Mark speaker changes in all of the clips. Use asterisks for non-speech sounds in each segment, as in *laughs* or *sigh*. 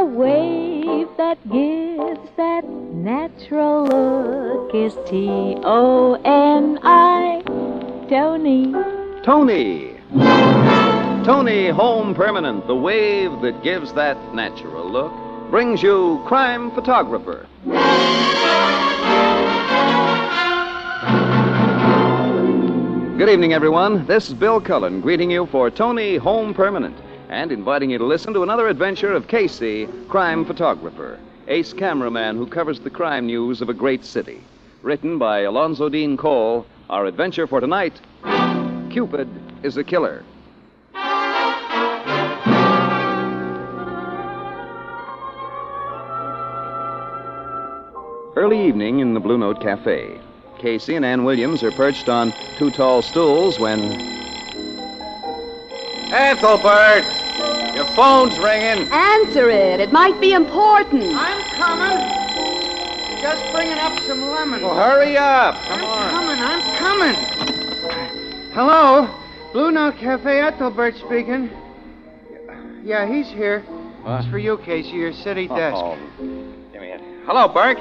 Speaker 1: wave that gives that natural look is T O N I, Tony.
Speaker 2: Tony. Tony Home Permanent, the wave that gives that natural look, brings you Crime Photographer. Good evening, everyone. This is Bill Cullen greeting you for Tony Home Permanent and inviting you to listen to another adventure of Casey, crime photographer, ace cameraman who covers the crime news of a great city. Written by Alonzo Dean Cole, our adventure for tonight Cupid is a Killer. Early evening in the Blue Note Cafe. Casey and Ann Williams are perched on two tall stools when. Ethelbert! Your phone's ringing.
Speaker 3: Answer it. It might be important.
Speaker 4: I'm coming. Just bringing up some lemons.
Speaker 2: Well, hurry up!
Speaker 4: I'm coming. I'm coming. Hello, Blue Note Cafe. Ethelbert speaking. Yeah, he's here. It's for you, Casey. Your city desk.
Speaker 2: Oh, give me it. Hello, Burke.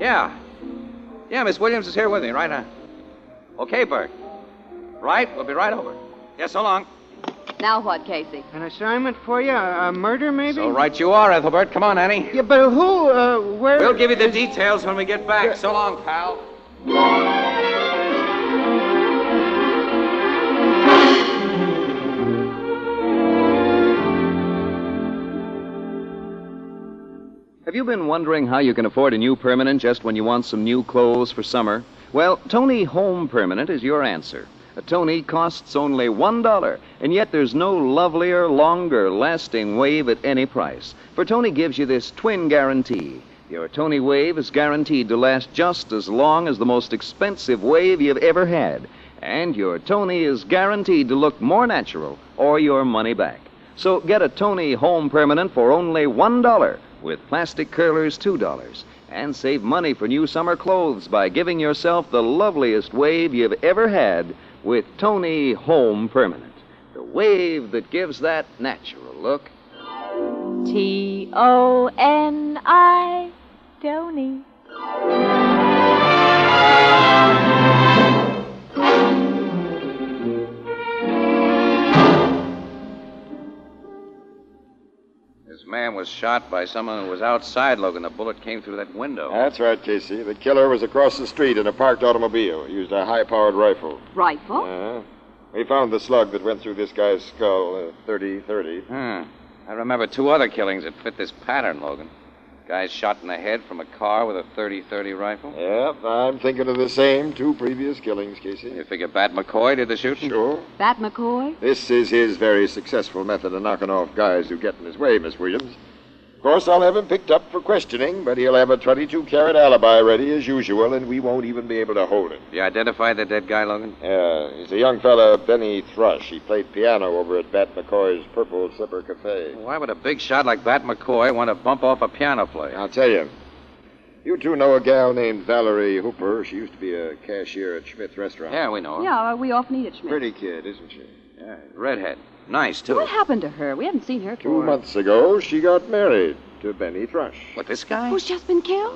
Speaker 2: Yeah. Yeah, Miss Williams is here with me, right? now. Okay, Burke. Right, we'll be right over. Yeah, so long.
Speaker 3: Now what, Casey?
Speaker 4: An assignment for you? A, a murder, maybe?
Speaker 2: So right you are, Ethelbert. Come on, Annie.
Speaker 4: Yeah, but who? Uh, where?
Speaker 2: We'll give you the details when we get back. So long, pal. Have you been wondering how you can afford a new permanent just when you want some new clothes for summer? Well, Tony Home Permanent is your answer. A Tony costs only $1, and yet there's no lovelier, longer lasting wave at any price. For Tony gives you this twin guarantee. Your Tony wave is guaranteed to last just as long as the most expensive wave you've ever had. And your Tony is guaranteed to look more natural or your money back. So get a Tony Home Permanent for only $1 with plastic curlers $2 and save money for new summer clothes by giving yourself the loveliest wave you've ever had with Tony Home Permanent. The wave that gives that natural look.
Speaker 1: T O N I, Tony.
Speaker 2: This man was shot by someone who was outside, Logan. The bullet came through that window.
Speaker 5: That's right, Casey. The killer was across the street in a parked automobile. He used a high powered rifle.
Speaker 3: Rifle?
Speaker 5: Uh-huh. We found the slug that went through this guy's skull, uh, 30 30.
Speaker 2: Hmm. I remember two other killings that fit this pattern, Logan. Guys shot in the head from a car with a 30 30 rifle.
Speaker 5: Yep, I'm thinking of the same two previous killings,
Speaker 2: You
Speaker 5: Casey.
Speaker 2: figure Bat McCoy did the shooting?
Speaker 5: Sure.
Speaker 3: Bat McCoy?
Speaker 5: This is his very successful method of knocking off guys who get in his way, Miss Williams. Of course, I'll have him picked up for questioning, but he'll have a 22 carat alibi ready as usual, and we won't even be able to hold him.
Speaker 2: You identified the dead guy, Logan?
Speaker 5: Yeah, he's a young fella, Benny Thrush. He played piano over at Bat McCoy's Purple Slipper Cafe.
Speaker 2: Why would a big shot like Bat McCoy want to bump off a piano player?
Speaker 5: I'll tell you. You two know a gal named Valerie Hooper. She used to be a cashier at Schmidt's restaurant.
Speaker 2: Yeah, we know him.
Speaker 3: Yeah, we often eat at Schmidt.
Speaker 5: Pretty kid, isn't she?
Speaker 2: Yeah, redhead. Nice, too.
Speaker 3: What happened to her? We haven't seen her
Speaker 5: Two
Speaker 3: for
Speaker 5: months ago, she got married to Benny Thrush.
Speaker 2: What, this guy?
Speaker 3: Who's just been killed?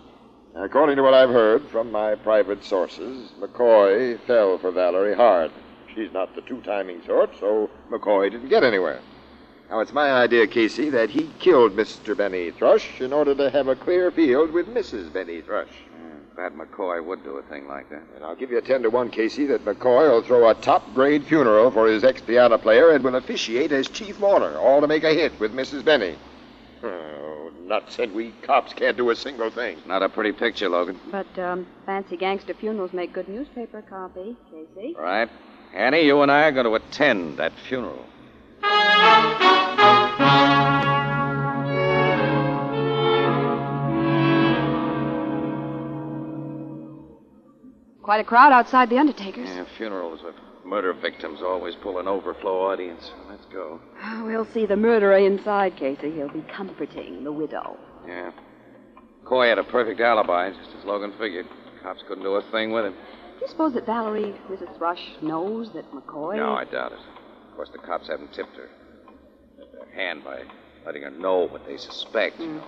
Speaker 5: Mm-hmm. According to what I've heard from my private sources, McCoy fell for Valerie hard. She's not the two timing sort, so McCoy didn't get anywhere. Now, it's my idea, Casey, that he killed Mr. Benny Thrush in order to have a clear field with Mrs. Benny Thrush.
Speaker 2: Bat McCoy would do a thing like that.
Speaker 5: And I'll give you a 10 to 1, Casey, that McCoy will throw a top grade funeral for his ex piano player and will officiate as chief mourner, all to make a hit with Mrs. Benny. Oh, nuts, and we cops can't do a single thing.
Speaker 2: Not a pretty picture, Logan.
Speaker 3: But um, fancy gangster funerals make good newspaper copy, Casey.
Speaker 2: All right. Annie, you and I are going to attend that funeral.
Speaker 3: Quite a crowd outside the Undertaker's.
Speaker 2: Yeah, funerals with murder victims always pull an overflow audience. Let's go.
Speaker 3: Ah, We'll see the murderer inside, Casey. He'll be comforting the widow.
Speaker 2: Yeah. Coy had a perfect alibi, just as Logan figured. Cops couldn't do a thing with him.
Speaker 3: Do you suppose that Valerie, Mrs. Thrush, knows that McCoy?
Speaker 2: No, I doubt it. Of course, the cops haven't tipped her. Their hand by
Speaker 6: letting her know what they suspect,
Speaker 3: Hmm.
Speaker 6: you know.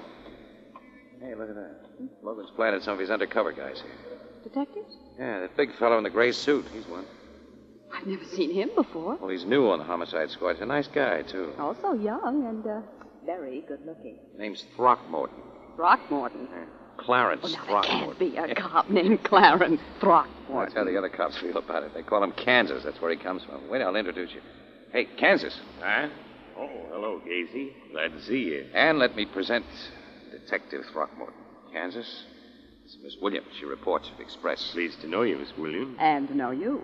Speaker 6: Hey, look at that. Logan's planted some of his undercover guys here.
Speaker 3: Detectives?
Speaker 6: Yeah, that big fellow in the gray suit. He's one.
Speaker 3: I've never seen him before.
Speaker 6: Well, he's new on the homicide squad. He's a nice guy, too.
Speaker 3: Also young and uh, very good looking.
Speaker 6: Name's Throckmorton.
Speaker 3: Throckmorton.
Speaker 6: Clarence
Speaker 3: Oh, now, there
Speaker 6: Throckmorton.
Speaker 3: can't be a cop named Clarence
Speaker 6: Well, That's
Speaker 3: Throckmorton.
Speaker 6: how the other cops feel about it. They call him Kansas. That's where he comes from. Wait, I'll introduce you. Hey, Kansas.
Speaker 7: Huh? Oh, hello, Casey. Glad to see you.
Speaker 6: And let me present Detective Throckmorton. Kansas. This is Miss Williams. She reports at Express.
Speaker 7: Pleased to know you, Miss Williams.
Speaker 3: And know you.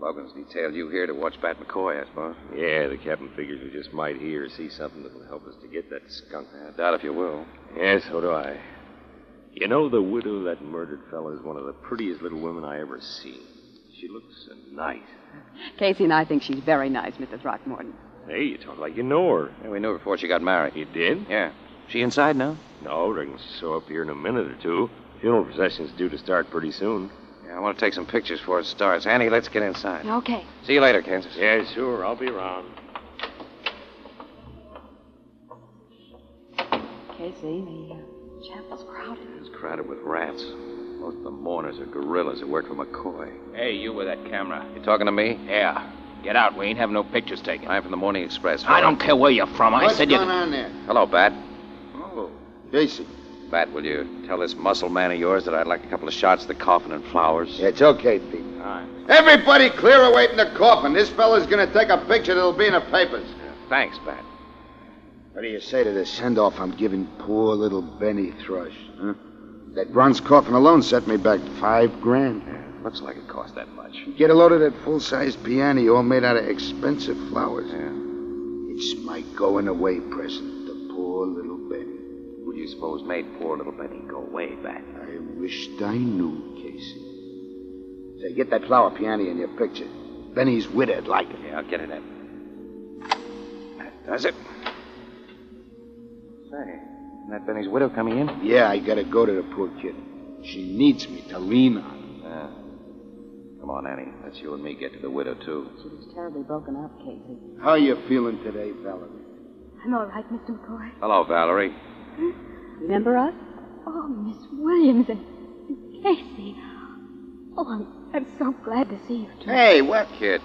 Speaker 6: Logan's detailed you here to watch Bat McCoy, I suppose.
Speaker 7: Yeah, the captain figures we just might hear or see something that'll help us to get that skunk.
Speaker 6: I doubt if you will.
Speaker 7: Yeah, so do I. You know, the widow of that murdered fellow is one of the prettiest little women I ever seen. She looks so nice.
Speaker 3: Casey and I think she's very nice, Mr. Throckmorton.
Speaker 7: Hey, you talk like you know her.
Speaker 6: Yeah, we knew before she got married.
Speaker 7: You did?
Speaker 6: Yeah. She inside now?
Speaker 7: No, reckon she'll show up here in a minute or two. Funeral procession's due to start pretty soon.
Speaker 6: Yeah, I want to take some pictures before it starts. Annie, let's get inside.
Speaker 3: Okay.
Speaker 6: See you later, Kansas.
Speaker 7: Yeah, sure. I'll be around.
Speaker 3: Casey, the uh, chapel's crowded.
Speaker 6: It's crowded with rats. Most of the mourners are gorillas who work for McCoy.
Speaker 8: Hey, you with that camera.
Speaker 6: You talking to me?
Speaker 8: Yeah. Get out. We ain't having no pictures taken.
Speaker 6: I'm from the Morning Express.
Speaker 8: I don't care where you're from. I
Speaker 4: What's
Speaker 8: said you.
Speaker 4: going on there?
Speaker 6: Hello, Bat.
Speaker 4: Oh,
Speaker 9: Casey.
Speaker 6: Bat, will you tell this muscle man of yours that I'd like a couple of shots of the coffin and flowers?
Speaker 9: It's okay, Pete. All right. Everybody clear away from the coffin. This fella's going to take a picture that'll be in the papers.
Speaker 6: Thanks, Bat.
Speaker 9: What do you say to the send off I'm giving poor little Benny Thrush? Huh? That bronze coffin alone set me back five grand.
Speaker 6: Looks like it cost that much.
Speaker 9: Get a load of that full size piano all made out of expensive flowers.
Speaker 6: Yeah.
Speaker 9: It's my going away present to poor little Benny.
Speaker 6: Who do you suppose made poor little Benny go way back?
Speaker 9: I wished I knew, Casey. Say, get that flower piano in your picture. Benny's widow'd like it.
Speaker 6: Yeah, I'll get it in. That does it. Say, isn't that Benny's widow coming in?
Speaker 9: Yeah, I gotta go to the poor kid. She needs me to lean on.
Speaker 6: Yeah. Come on, Annie. Let's you and me get to the widow, too.
Speaker 3: She was terribly broken up, Casey.
Speaker 9: How you feeling today, Valerie?
Speaker 10: I'm all right, Mr. McCoy.
Speaker 6: Hello, Valerie.
Speaker 3: Remember us?
Speaker 10: Oh, Miss Williams and and Casey. Oh, I'm, I'm so glad to see you two.
Speaker 6: Hey, what? Kid,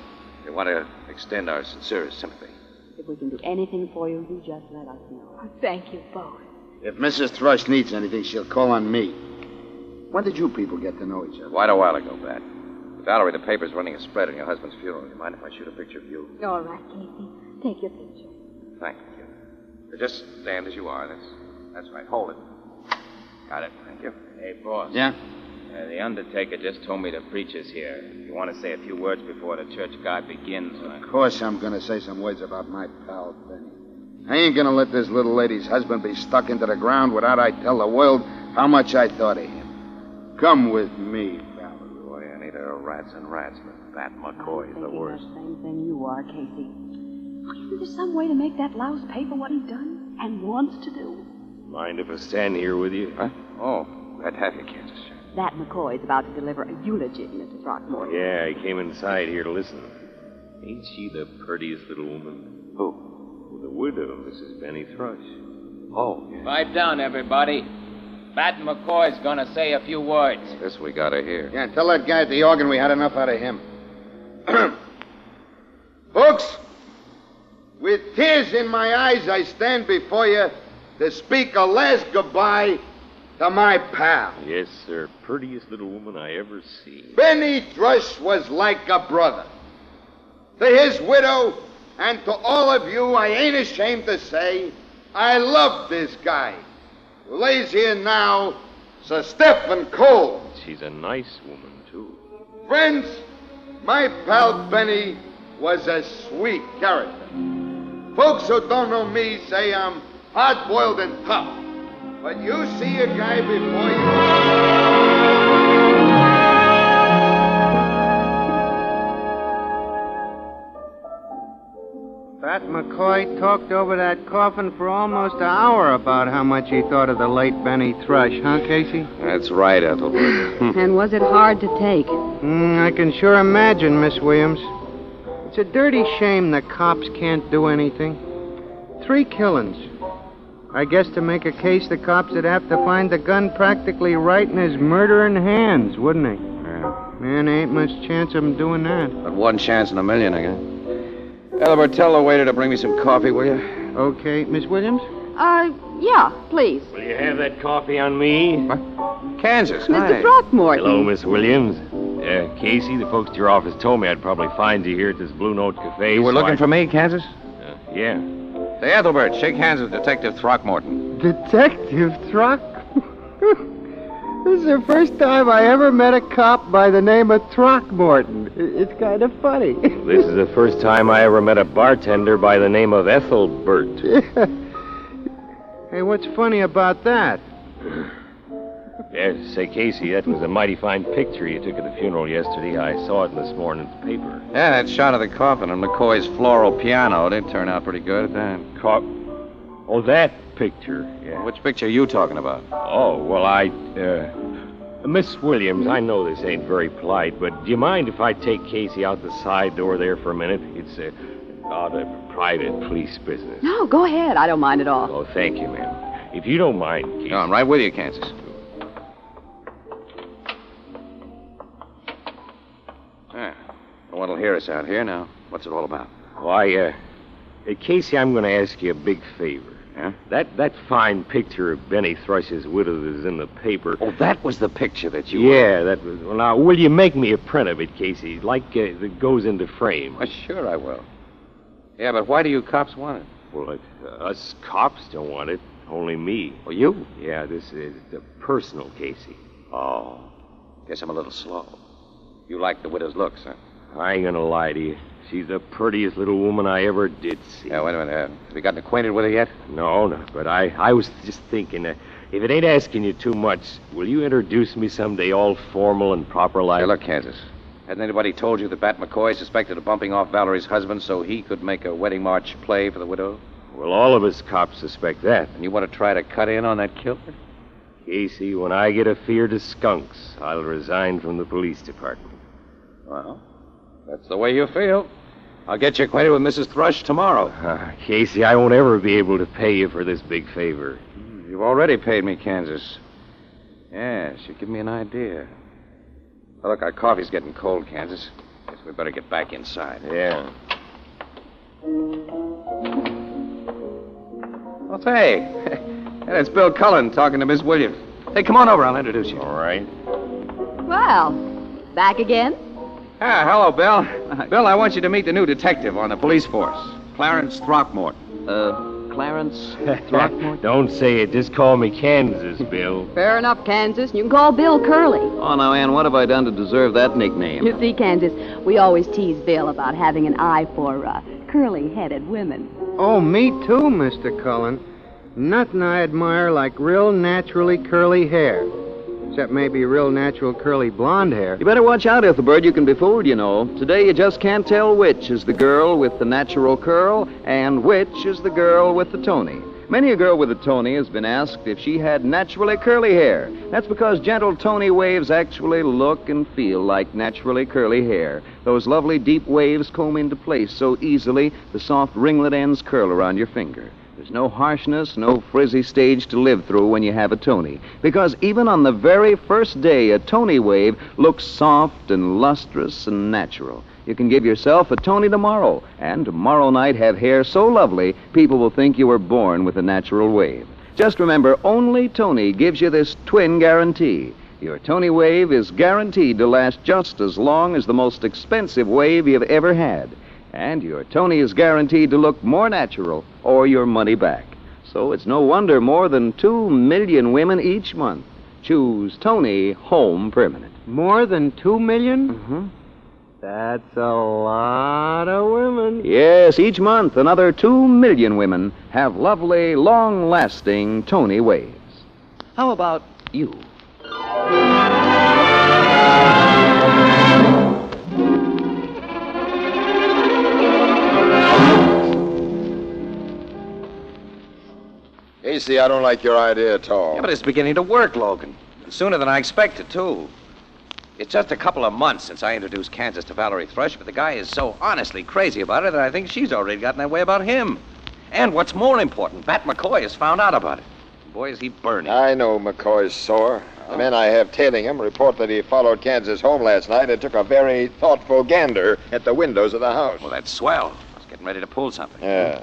Speaker 6: we want to extend our sincerest sympathy.
Speaker 3: If we can do anything for you, you just let us know.
Speaker 10: Oh, thank you both.
Speaker 9: If Mrs. Thrush needs anything, she'll call on me. When did you people get to know each other?
Speaker 6: Quite a while ago, Bat. Valerie, the paper's running a spread on your husband's funeral. You mind if I shoot a picture of you?
Speaker 10: All right, Casey. Take your picture.
Speaker 6: Thank you. So Just stand as you are. That's that's right. Hold it. Got it. Thank you.
Speaker 8: Hey, boss.
Speaker 9: Yeah?
Speaker 8: Uh, the undertaker just told me the preacher's here. You want to say a few words before the church guy begins? Huh?
Speaker 9: Of course I'm gonna say some words about my pal, Benny. I ain't gonna let this little lady's husband be stuck into the ground without I tell the world how much I thought of him. Come with me, Valerie.
Speaker 6: Boy, Anita, there are rats and rats, but Bat
Speaker 3: I'm
Speaker 6: McCoy is the
Speaker 3: thinking
Speaker 6: worst.
Speaker 3: The same thing you are, Casey. Oh, isn't there some way to make that louse pay for what he's done and wants to do?
Speaker 7: Mind if I stand here with you?
Speaker 6: Huh? Oh, glad to have you, Kansas.
Speaker 3: That McCoy is about to deliver a eulogy, Mr. Throckmorton.
Speaker 7: Yeah, I came inside here to listen. Ain't she the prettiest little woman?
Speaker 6: Who?
Speaker 7: Well, the widow, Mrs. Benny Thrush.
Speaker 6: Oh, yeah.
Speaker 8: Pipe down, everybody. Bat McCoy's going to say a few words.
Speaker 6: This we got her here.
Speaker 9: Yeah, tell that guy at the organ we had enough out of him. Folks, with tears in my eyes, I stand before you to speak a last goodbye to my pal.
Speaker 7: Yes, sir. Prettiest little woman I ever seen.
Speaker 9: Benny Thrush was like a brother. To his widow and to all of you, I ain't ashamed to say I love this guy who lays here now, Sir Stephen Cole.
Speaker 7: She's a nice woman, too.
Speaker 9: Friends, my pal Benny was a sweet character. Folks who don't know me say I'm hard boiled and tough. But you see a guy before you.
Speaker 4: Pat McCoy talked over that coffin for almost an hour about how much he thought of the late Benny Thrush, huh, Casey?
Speaker 6: That's right, Ethelbert.
Speaker 3: And was it hard to take?
Speaker 4: Mm, I can sure imagine, Miss Williams. It's a dirty shame the cops can't do anything. Three killings. I guess to make a case, the cops would have to find the gun practically right in his murdering hands, wouldn't they? Man, there ain't much chance of him doing that.
Speaker 6: But one chance in a million, I guess. Elbert, tell the waiter to bring me some coffee, will you?
Speaker 4: Okay, Miss Williams?
Speaker 11: Uh, yeah, please.
Speaker 7: Will you have that coffee on me?
Speaker 6: Kansas,
Speaker 11: Mr. Throckmorton.
Speaker 7: Hello, Miss Williams. Uh, Casey, the folks at your office told me I'd probably find you here at this Blue Note Cafe.
Speaker 6: You were
Speaker 7: so I-
Speaker 6: looking for me, Kansas?
Speaker 7: Yeah.
Speaker 6: Say, Ethelbert, shake hands with Detective Throckmorton.
Speaker 4: Detective Truck? *laughs* this is the first time I ever met a cop by the name of Throckmorton. I- It's kind of funny. *laughs*
Speaker 7: This is the first time I ever met a bartender by the name of Ethelbert.
Speaker 4: hey, what's funny about that?
Speaker 7: Yeah, say, Casey, that was a mighty fine picture you took at the funeral yesterday. I saw it this morning in the paper.
Speaker 6: Yeah, that shot of the coffin and McCoy's floral piano it did turn out pretty good at that.
Speaker 7: Co- oh, that picture. Yeah.
Speaker 6: Which picture are you talking about?
Speaker 7: Oh, well, I. Uh, Miss Williams, I know this ain't very polite, but do you mind if I take Casey out the side door there for a minute? It's uh, out of private police business.
Speaker 11: No, go ahead. I don't mind at all.
Speaker 7: Oh, thank you, ma'am. If you don't mind, Casey.
Speaker 6: No, I'm right with you, Kansas. There. Ah, No one will hear us out here now. What's it all about?
Speaker 7: Why, uh, uh, Casey, I'm going to ask you a big favor.
Speaker 6: Yeah?
Speaker 7: That that fine picture of Benny Thrush's widow that's in the paper.
Speaker 6: Oh, that was the picture that you.
Speaker 7: yeah, that was. Well, now, will you make me a print of it, Casey? Like uh, that goes into frame.
Speaker 6: Why, sure I will. Yeah, but why do you cops want it?
Speaker 7: Well, uh, us cops don't want it. Only me.
Speaker 6: Well, you.
Speaker 7: Yeah, this is the personal, Casey.
Speaker 6: Oh. Guess I'm a little slow. You like the widow's looks, huh?
Speaker 7: I ain't gonna lie to you. She's the prettiest little woman I ever did see.
Speaker 6: Yeah, wait a minute. Uh, have you gotten acquainted with her yet?
Speaker 7: No, no, but I, I was just thinking, uh, if it ain't asking you too much, will you introduce me someday all formal and proper like?
Speaker 6: Hey, look, Kansas. Hasn't anybody told you that Bat McCoy suspected of bumping off Valerie's husband so he could make a wedding march play for the widow?
Speaker 7: Well, all of us cops suspect that.
Speaker 6: And you want to try to cut in on that killer?
Speaker 7: Casey, when I get a fear to skunks, I'll resign from the police department.
Speaker 6: Well, that's the way you feel. I'll get you acquainted with Mrs. Thrush tomorrow.
Speaker 7: Uh, Casey, I won't ever be able to pay you for this big favor.
Speaker 6: Hmm, You've already paid me, Kansas. Yes, you give me an idea. Well, look, our coffee's getting cold, Kansas. Guess we better get back inside.
Speaker 7: Yeah.
Speaker 6: Well, say, *laughs* and it's Bill Cullen talking to Miss Williams. Hey, come on over. I'll introduce you.
Speaker 7: All right.
Speaker 11: Well, back again?
Speaker 6: Ah, hello, Bill. Bill, I want you to meet the new detective on the police force, Clarence Throckmorton.
Speaker 2: Uh,
Speaker 6: *laughs*
Speaker 2: Clarence Throckmorton?
Speaker 7: Don't say it. Just call me Kansas, Bill.
Speaker 11: Fair enough, Kansas. You can call Bill Curley.
Speaker 2: oh, now, Ann, what have I done to deserve that nickname?
Speaker 11: You see, Kansas, we always tease Bill about having an eye for uh, curly headed women.
Speaker 4: Oh, me too, Mr. Cullen. Nothing I admire like real naturally curly hair. Except maybe real natural curly blonde hair.
Speaker 2: You better watch out, Ethelbert. You can be fooled, you know. Today you just can't tell which is the girl with the natural curl and which is the girl with the Tony. Many a girl with a Tony has been asked if she had naturally curly hair. That's because gentle Tony waves actually look and feel like naturally curly hair. Those lovely deep waves comb into place so easily, the soft ringlet ends curl around your finger. There's no harshness, no frizzy stage to live through when you have a Tony. Because even on the very first day, a Tony wave looks soft and lustrous and natural. You can give yourself a Tony tomorrow, and tomorrow night have hair so lovely, people will think you were born with a natural wave. Just remember, only Tony gives you this twin guarantee. Your Tony wave is guaranteed to last just as long as the most expensive wave you've ever had. And your Tony is guaranteed to look more natural or your money back. So it's no wonder more than two million women each month choose Tony Home Permanent.
Speaker 4: More than two million?
Speaker 2: Mm-hmm.
Speaker 4: That's a lot of women.
Speaker 2: Yes, each month another two million women have lovely, long lasting Tony waves. How about you?
Speaker 5: Casey, I don't like your idea at all.
Speaker 6: Yeah, but it's beginning to work, Logan. And sooner than I expected, too. It's just a couple of months since I introduced Kansas to Valerie Thrush, but the guy is so honestly crazy about her that I think she's already gotten that way about him. And what's more important, Bat McCoy has found out about it. Boy, is he burning.
Speaker 5: I know McCoy's sore. The men I have tailing him report that he followed Kansas home last night and took a very thoughtful gander at the windows of the house.
Speaker 6: Well, that's swell. He's getting ready to pull something.
Speaker 5: Yeah.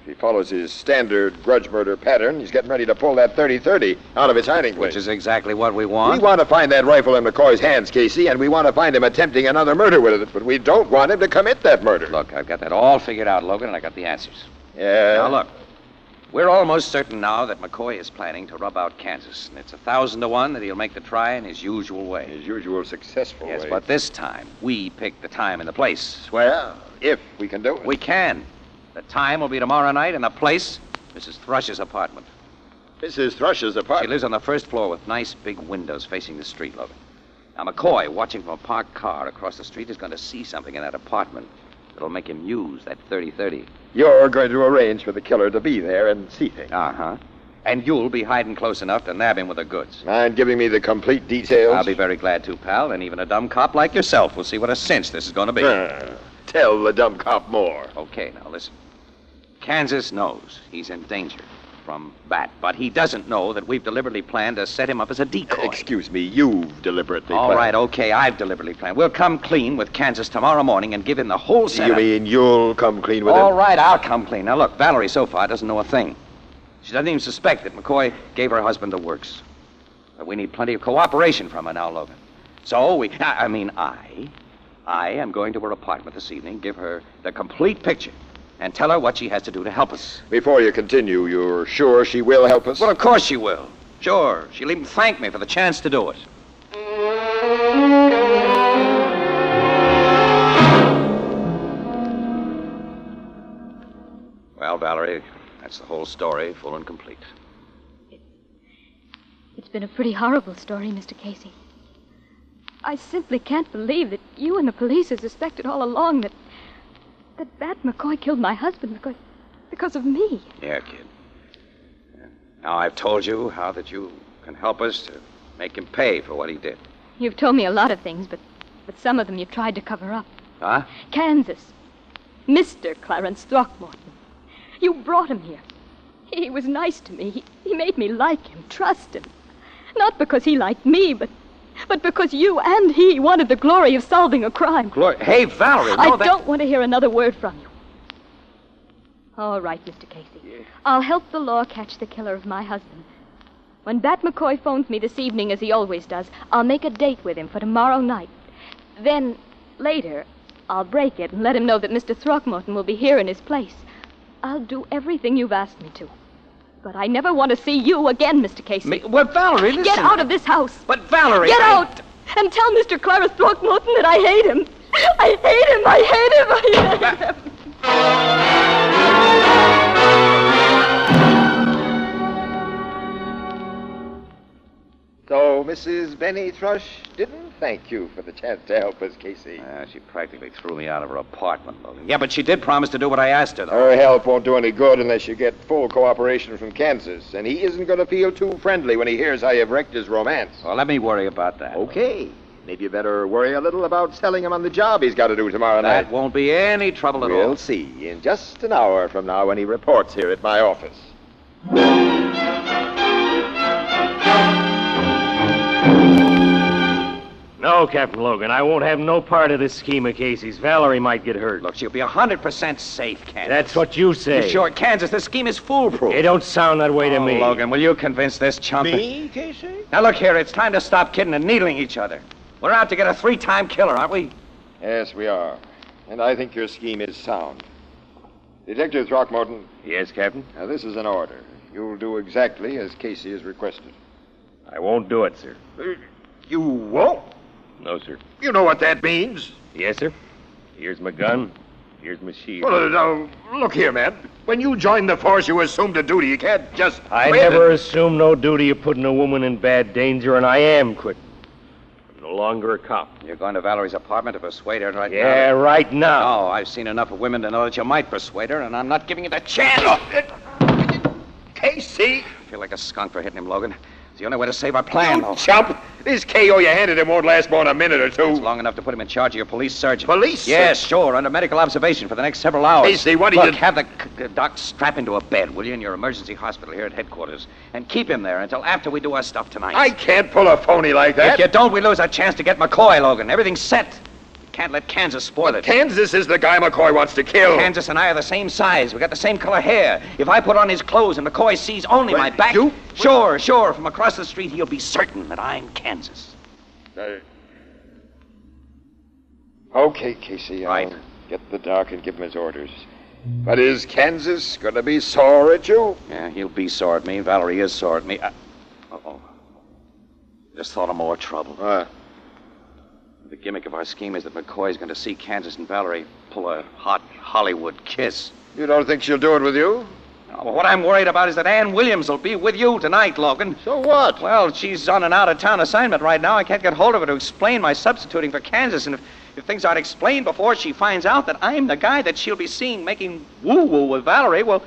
Speaker 5: If he follows his standard grudge murder pattern, he's getting ready to pull that 30 30 out of his hiding place.
Speaker 6: Which is exactly what we
Speaker 5: We
Speaker 6: want.
Speaker 5: want to find that rifle in McCoy's hands, Casey, and we want to find him attempting another murder with it, but we don't want him to commit that murder.
Speaker 6: Look, I've got that all figured out, Logan, and I got the answers.
Speaker 5: Yeah.
Speaker 6: Now, look. We're almost certain now that McCoy is planning to rub out Kansas, and it's a thousand to one that he'll make the try in his usual way. His
Speaker 5: usual successful
Speaker 6: yes,
Speaker 5: way.
Speaker 6: but this time we pick the time and the place.
Speaker 5: Well, if we can do it.
Speaker 6: We can. The time will be tomorrow night, and the place, Mrs. Thrush's apartment.
Speaker 5: Mrs. Thrush's apartment?
Speaker 6: She lives on the first floor with nice big windows facing the street, Logan. Now, McCoy, watching from a parked car across the street, is going to see something in that apartment that'll make him use that 30 30.
Speaker 5: You're going to arrange for the killer to be there and see things.
Speaker 6: Uh huh. And you'll be hiding close enough to nab him with the goods.
Speaker 5: Mind giving me the complete details?
Speaker 6: I'll be very glad to, pal, and even a dumb cop like yourself will see what a cinch this is going to be.
Speaker 5: tell the dumb cop more.
Speaker 6: Okay, now listen. Kansas knows he's in danger from Bat, but he doesn't know that we've deliberately planned to set him up as a decoy.
Speaker 5: Excuse me, you've deliberately.
Speaker 6: All
Speaker 5: planned.
Speaker 6: right, okay, I've deliberately planned. We'll come clean with Kansas tomorrow morning and give him the whole
Speaker 5: You
Speaker 6: setup.
Speaker 5: mean you'll come clean with
Speaker 6: All
Speaker 5: him?
Speaker 6: right, I'll come clean. Now, look, Valerie so far doesn't know a thing. She doesn't even suspect that McCoy gave her husband the works. But we need plenty of cooperation from her now, Logan. So we, I, I mean, I, I am going to her apartment this evening, give her the complete picture, and tell her what she has to do to help us.
Speaker 5: Before you continue, you're sure she will help us?
Speaker 6: Well, of course she will. Sure, she'll even thank me for the chance to do it. Well, Valerie, that's the whole story, full and complete.
Speaker 10: It's been a pretty horrible story, Mr. Casey. I simply can't believe that you and the police have suspected all along that that Bat McCoy killed my husband because because of me.
Speaker 6: Yeah, kid. Now I've told you how that you can help us to make him pay for what he did.
Speaker 10: You've told me a lot of things, but but some of them you've tried to cover up.
Speaker 6: Huh?
Speaker 10: Kansas. Mr. Clarence Throckmorton. You brought him here. He was nice to me. He, he made me like him, trust him. Not because he liked me, but but because you and he wanted the glory of solving a crime.
Speaker 6: Glory. Hey, Valerie,
Speaker 10: I
Speaker 6: no, that-
Speaker 10: don't want to hear another word from you. All right, Mr. Casey. I'll help the law catch the killer of my husband. When Bat McCoy phones me this evening, as he always does, I'll make a date with him for tomorrow night. Then, later, I'll break it and let him know that Mr. Throckmorton will be here in his place. I'll do everything you've asked me to. But I never want to see you again, Mr. Casey.
Speaker 6: Me- well, Valerie, listen.
Speaker 10: Get out of this house.
Speaker 6: But, Valerie.
Speaker 10: Get
Speaker 6: I-
Speaker 10: out! And tell Mr. Clarence Throckmorton that I hate him. I hate him. I hate him. I hate him.
Speaker 5: So, Mrs. Benny Thrush didn't thank you for the chance to help us, Casey.
Speaker 6: Uh, she practically threw me out of her apartment, Logan. Yeah, but she did promise to do what I asked her, though.
Speaker 5: Her help won't do any good unless you get full cooperation from Kansas, and he isn't going to feel too friendly when he hears how you've wrecked his romance.
Speaker 6: Well, let me worry about that.
Speaker 5: Okay. Maybe you better worry a little about selling him on the job he's got to do tomorrow night.
Speaker 6: That won't be any trouble at all.
Speaker 5: We'll see in just an hour from now when he reports here at my office.
Speaker 7: *laughs* No, Captain Logan, I won't have no part of this scheme of Casey's. Valerie might get hurt.
Speaker 6: Look, she'll be 100% safe, Kansas.
Speaker 7: That's what you say.
Speaker 6: You sure, Kansas, this scheme is foolproof.
Speaker 7: It don't sound that way to
Speaker 6: Oh,
Speaker 7: me.
Speaker 6: Logan, will you convince this chump? that-
Speaker 7: Me, Casey?
Speaker 6: Now, look here, it's time to stop kidding and needling each other. We're out to get a three time killer, aren't we?
Speaker 5: Yes, we are. And I think your scheme is sound. Detective Throckmorton,
Speaker 7: Yes, Captain.
Speaker 5: now this is an order. You'll do exactly as Casey has requested.
Speaker 7: I won't do it, sir.
Speaker 5: Uh, You won't?
Speaker 7: No, sir.
Speaker 5: You know what that means.
Speaker 7: Yes, sir. Here's my gun. Here's my shield.
Speaker 5: Well, uh, now, look here, man. When you joined the force, you assumed a duty. You can't just.
Speaker 7: I
Speaker 5: quit
Speaker 7: never
Speaker 5: and-
Speaker 7: assume no duty of putting a woman in bad danger, and I am quitting. I'm no longer a cop.
Speaker 6: You're going to Valerie's apartment to persuade her right now.
Speaker 7: Yeah, right now.
Speaker 6: No, I've seen enough of women to know that you might persuade her, and I'm Oh, not giving it a chance.
Speaker 5: Casey!
Speaker 6: I feel like a skunk for hitting him, Logan. It's the only way to save our plan.
Speaker 5: You chump!
Speaker 6: This KO you handed
Speaker 7: Oh,
Speaker 6: him won't last more than a minute or two. It's long enough to put him in charge of your police sergeant. Police? Yes, sure, under medical observation for the next several hours.
Speaker 5: Casey, what are
Speaker 6: Look,
Speaker 5: you-
Speaker 6: have the c- c- doc strap into a bed, will you, in your emergency hospital here at headquarters, and keep him there until after we do our stuff tonight.
Speaker 5: I can't pull a phony like that.
Speaker 6: If you don't, we lose our chance to get McCoy, Logan. Everything's set. We can't let Kansas spoil it.
Speaker 5: Kansas is the guy McCoy wants to kill.
Speaker 6: Kansas and I are the same size. We got the same color hair. If I put on his clothes and McCoy sees only my back, sure, sure, from across the street he'll be certain that I'm Kansas.
Speaker 5: Uh, Okay, Casey. Right. I'll get the doc and give him his orders. But is Kansas going to be sore at you?
Speaker 6: Yeah, he'll be sore at me. Valerie is sore at me. Uh oh. Just thought of more trouble.
Speaker 5: What?
Speaker 6: The gimmick of our scheme is that McCoy's going to see Kansas and Valerie pull a hot Hollywood kiss.
Speaker 5: You don't think she'll do it with you?
Speaker 6: Oh, well, what I'm worried about is that Ann Williams will be with you tonight, Logan.
Speaker 5: So what?
Speaker 6: Well, she's on an out of town assignment right now. I can't get hold of her to explain my substituting for Kansas. And if, if things aren't explained before she finds out that I'm the guy that she'll be seeing making woo woo with Valerie, well,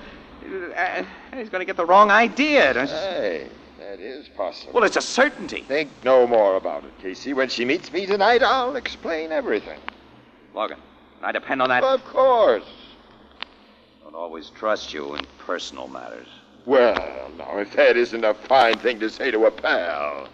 Speaker 6: uh, he's going to get the wrong idea. Don't-
Speaker 5: Hey, that is possible.
Speaker 6: Well, it's a certainty.
Speaker 5: Think no more about it, Casey. When she meets me tonight, I'll explain everything.
Speaker 6: Logan, I depend on that.
Speaker 5: Of course.
Speaker 6: Don't always trust you in personal matters.
Speaker 5: Well, now, if that isn't a fine thing to say to a pal.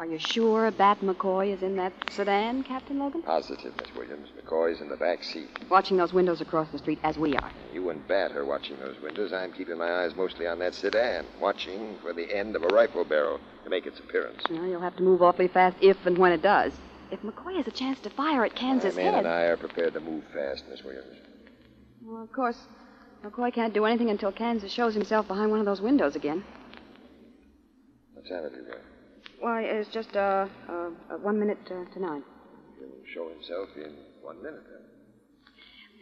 Speaker 11: Are you sure Bat McCoy is in that sedan, Captain Logan?
Speaker 5: Positive, Miss Williams. McCoy's in the back seat.
Speaker 11: Watching those windows across the street as we are.
Speaker 5: You and Bat are watching those windows. I'm keeping my eyes mostly on that sedan, watching for the end of a rifle barrel to make its appearance.
Speaker 11: Well, you'll have to move awfully fast if and when it does. If McCoy has a chance to fire at Kansas'
Speaker 5: my man
Speaker 11: head.
Speaker 5: and I are prepared to move fast, Miss Williams.
Speaker 11: Well, of course, McCoy can't do anything until Kansas shows himself behind one of those windows again.
Speaker 5: What time have you got?
Speaker 11: Why, it's just uh, uh, one minute uh, to nine.
Speaker 5: He'll show himself in one minute. Then.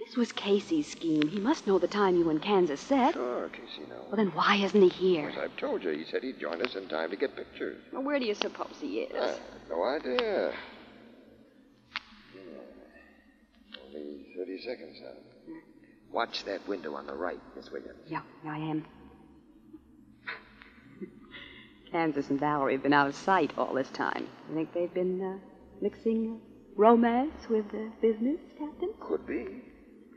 Speaker 11: This was Casey's scheme. He must know the time you and Kansas set.
Speaker 5: Sure, Casey knows.
Speaker 11: Well, then why isn't he here?
Speaker 5: As I've told you, he said he'd join us in time to get pictures.
Speaker 11: Well, where do you suppose he is?
Speaker 5: I have no idea. Hmm. Only 30 seconds now. Hmm. Watch that window on the right, Miss Williams.
Speaker 11: Yeah, yeah, I am. *laughs* Kansas and Valerie have been out of sight all this time. You think they've been uh, mixing romance with uh, business, Captain?
Speaker 5: Could be.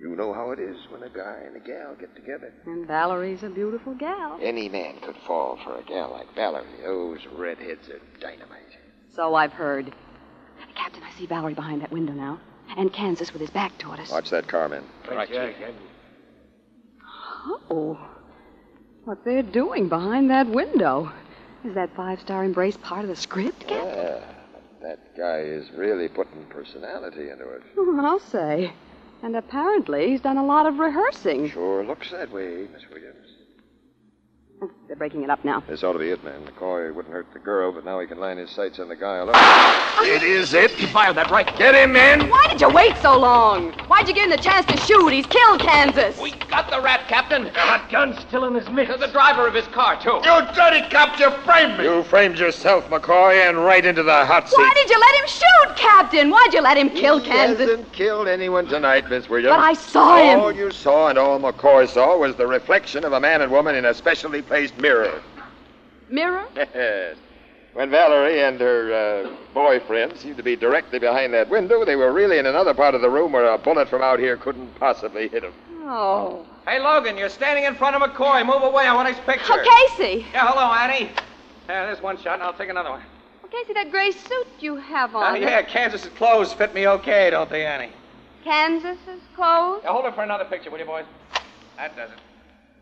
Speaker 5: You know how it is when a guy and a gal get together.
Speaker 11: And Valerie's a beautiful gal.
Speaker 5: Any man could fall for a gal like Valerie. Those redheads are dynamite.
Speaker 11: So I've heard. Captain, I see Valerie behind that window now. And Kansas with his back toward us.
Speaker 5: Watch that Carmen.
Speaker 9: Right,
Speaker 11: Oh. What they're doing behind that window. Is that five star embrace part of the script, Captain?
Speaker 5: Yeah, Ah, that guy is really putting personality into it.
Speaker 11: Oh, *laughs* I'll say. And apparently he's done a lot of rehearsing. *laughs*
Speaker 5: Sure looks that way, Miss Williams.
Speaker 11: They're breaking it up now.
Speaker 5: This ought to be it, man. McCoy wouldn't hurt the girl, but now he can line his sights on the guy alone. it is it. He fired that right. Get him, man.
Speaker 11: Why did you wait so long? Why'd you give him the chance to shoot? He's killed Kansas.
Speaker 12: Got the rat, Captain. Hot gun still in his midst. The driver of his car, too. You dirty cop, you framed
Speaker 5: You framed yourself, McCoy, and right into the hot seat.
Speaker 11: Why did you let him shoot, Captain? Why'd you let him kill
Speaker 5: He
Speaker 11: Kansas?
Speaker 5: hasn't killed anyone tonight, Miss Williams.
Speaker 11: But I
Speaker 6: Oh,
Speaker 11: saw him.
Speaker 5: All you saw and all McCoy saw was the reflection of a man and woman in a specially placed mirror. *laughs*
Speaker 11: Mirror?
Speaker 5: Yes. When Valerie and her uh, boyfriend seemed to be directly behind that window, they were really in another part of the room where a bullet from out here couldn't possibly hit them.
Speaker 11: Oh.
Speaker 6: Hey, Logan, you're standing in front of McCoy. Move away. I want his picture.
Speaker 11: Oh, Casey.
Speaker 6: Yeah, hello, Annie. Yeah, there's one shot, and I'll take another one.
Speaker 11: Casey, that gray suit you have
Speaker 6: Uh, yeah, Kansas's clothes fit me okay, don't they, Annie?
Speaker 11: Kansas's clothes?
Speaker 6: Yeah, hold it for another picture, will you, boys? That does it.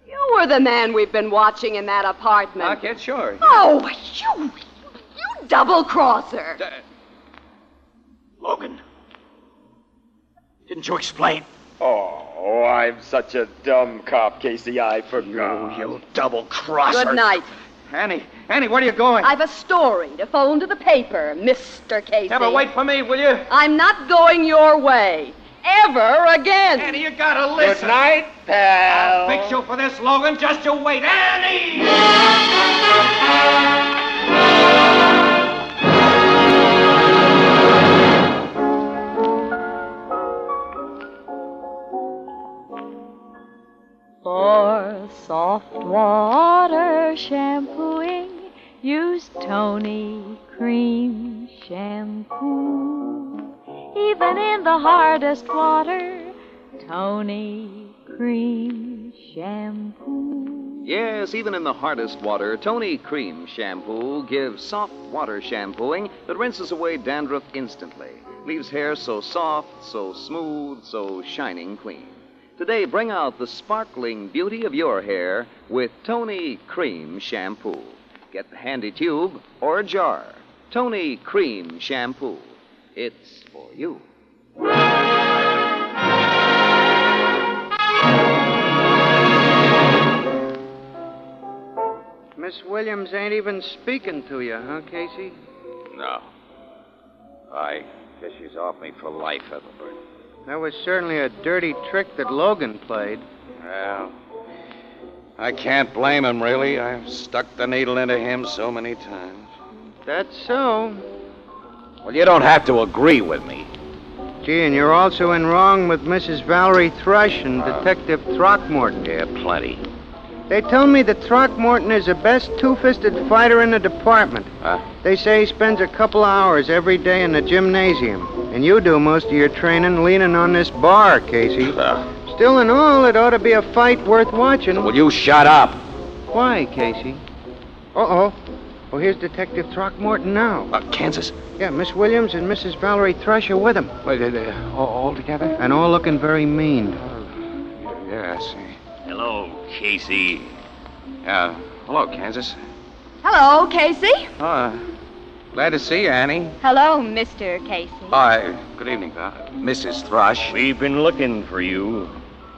Speaker 11: You were the man we've been watching in that apartment.
Speaker 6: I'll get sure.
Speaker 11: Oh, you, you double crosser.
Speaker 6: Uh,
Speaker 12: Logan. Didn't you explain?
Speaker 5: Oh, I'm such a dumb cop, Casey. I
Speaker 7: Oh,
Speaker 5: forgot.
Speaker 12: You, you double crosser.
Speaker 11: Good night.
Speaker 6: Annie, Annie, where are you going?
Speaker 11: I've a story to phone to the paper, Mr. Casey.
Speaker 6: Never wait for me, will you?
Speaker 11: I'm not going your way. Ever again.
Speaker 12: Annie, you gotta listen. Good night,
Speaker 5: pal.
Speaker 12: I'll fix you for this, Logan. Just you wait. Annie!
Speaker 1: shampoo. Even in the hardest water, Tony Cream Shampoo.
Speaker 2: Yes, even in the hardest water, Tony Cream Shampoo gives soft water shampooing that rinses away dandruff instantly, leaves hair so soft, so smooth, so shining clean. Today, bring out the sparkling beauty of your hair with Tony Cream Shampoo. Get the handy tube or jar. Tony Cream Shampoo. It's for you.
Speaker 4: Miss Williams ain't even speaking to you, huh, Casey?
Speaker 9: No. I guess she's off me for life, Ethelbert.
Speaker 4: That was certainly a dirty trick that Logan played.
Speaker 6: Well, I can't blame him, really. I've stuck the needle into him so many times.
Speaker 4: That's so.
Speaker 6: Well, you don't have to agree with me.
Speaker 4: Gee, and you're also in wrong with Mrs. Valerie Thrush and Detective Throckmorton.
Speaker 6: Yeah, plenty.
Speaker 4: They tell me that Throckmorton is the best two fisted fighter in the department.
Speaker 6: Huh?
Speaker 4: They say he spends a couple hours every day in the gymnasium. And you do most of your training leaning on this bar, Casey. Still in all, it ought to be a fight worth watching.
Speaker 6: Will you shut up?
Speaker 4: Why, Casey? Uh oh. Well, here's Detective Throckmorton now.
Speaker 6: Uh, Kansas.
Speaker 4: Yeah, Miss Williams and Mrs. Valerie Thrush are with him. Wait, they all, all together? And all looking very mean.
Speaker 6: Yeah, I see. Hello, Casey. Uh, hello, Kansas.
Speaker 10: Hello, Casey.
Speaker 6: Oh, uh, glad to see you, Annie.
Speaker 10: Hello, Mr. Casey.
Speaker 6: Hi. Good evening, uh, Mrs. Thrush. We've been looking for you.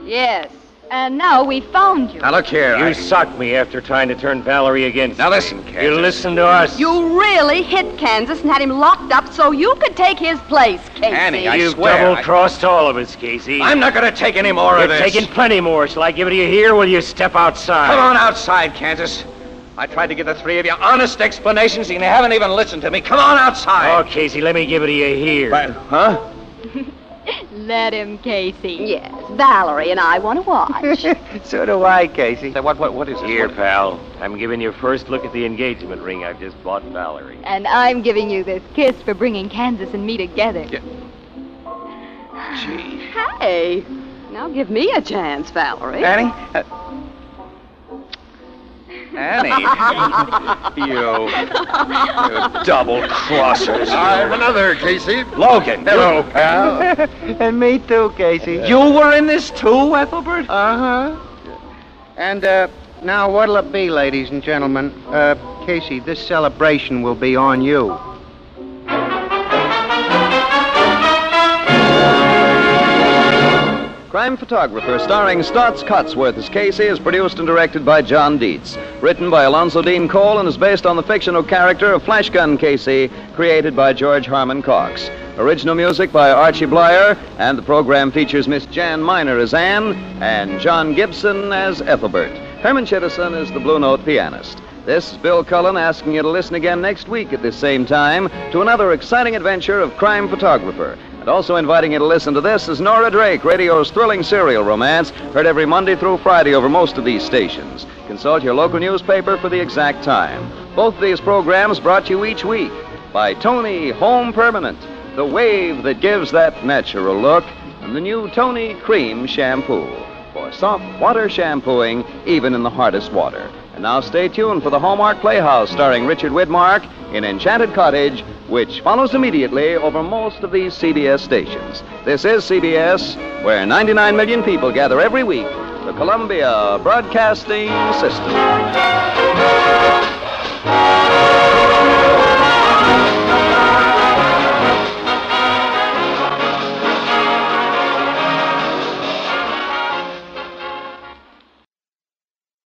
Speaker 10: Yes. And now we found you.
Speaker 6: Now look here.
Speaker 7: You socked me after trying to turn Valerie against
Speaker 6: Now listen, Kansas.
Speaker 7: You listen to us.
Speaker 11: You really hit Kansas and had him locked up so you could take his place, Casey.
Speaker 7: you double-crossed all of us, Casey.
Speaker 6: I'm not gonna take any more
Speaker 7: You're
Speaker 6: of this.
Speaker 7: taking plenty more. Shall I give it to you here, or will you step outside?
Speaker 6: Come on outside, Kansas. I tried to give the three of you honest explanations, and you haven't even listened to me. Come on outside.
Speaker 7: Oh, Casey, let me give it to you here. *laughs*
Speaker 6: huh?
Speaker 10: Let him, Casey.
Speaker 11: Yes, Valerie and I want to watch. *laughs*
Speaker 6: so do I, Casey. What, what, what is it?
Speaker 7: Here, pal. I'm giving you first look at the engagement ring I've just bought Valerie.
Speaker 10: And I'm giving you this kiss for bringing Kansas and me together.
Speaker 6: Gee.
Speaker 11: hey, now give me a chance, Valerie.
Speaker 6: Annie? Uh, *laughs* Annie? you. You double
Speaker 7: *laughs*
Speaker 6: crossers.
Speaker 5: I'm another, Casey.
Speaker 6: Logan.
Speaker 5: Hello, pal.
Speaker 6: *laughs*
Speaker 4: and me too, Casey.
Speaker 6: You were in this too, Ethelbert?
Speaker 4: Uh huh. And uh, now, what'll it be, ladies and gentlemen? Uh, Casey, this celebration will be on you.
Speaker 2: Crime Photographer, starring Stotts Cotsworth as Casey, is produced and directed by John Dietz. Written by Alonzo Dean Cole and is based on the fictional character of Flash Gun Casey, created by George Harmon Cox. Original music by Archie Blyer, and the program features Miss Jan Miner as Anne and John Gibson as Ethelbert. Herman Chittison is the Blue Note pianist. This is Bill Cullen asking you to listen again next week at this same time to another exciting adventure of Crime Photographer. And also inviting you to listen to this is Nora Drake, radio's thrilling serial romance, heard every Monday through Friday over most of these stations. Consult your local newspaper for the exact time. Both of these programs brought to you each week by Tony Home Permanent, the wave that gives that natural look, and the new Tony Cream Shampoo for soft water shampooing, even in the hardest water. And now stay tuned for the Hallmark Playhouse starring Richard Widmark in Enchanted Cottage, which follows immediately over most of these CBS stations. This is CBS, where 99 million people gather every week, the Columbia Broadcasting System.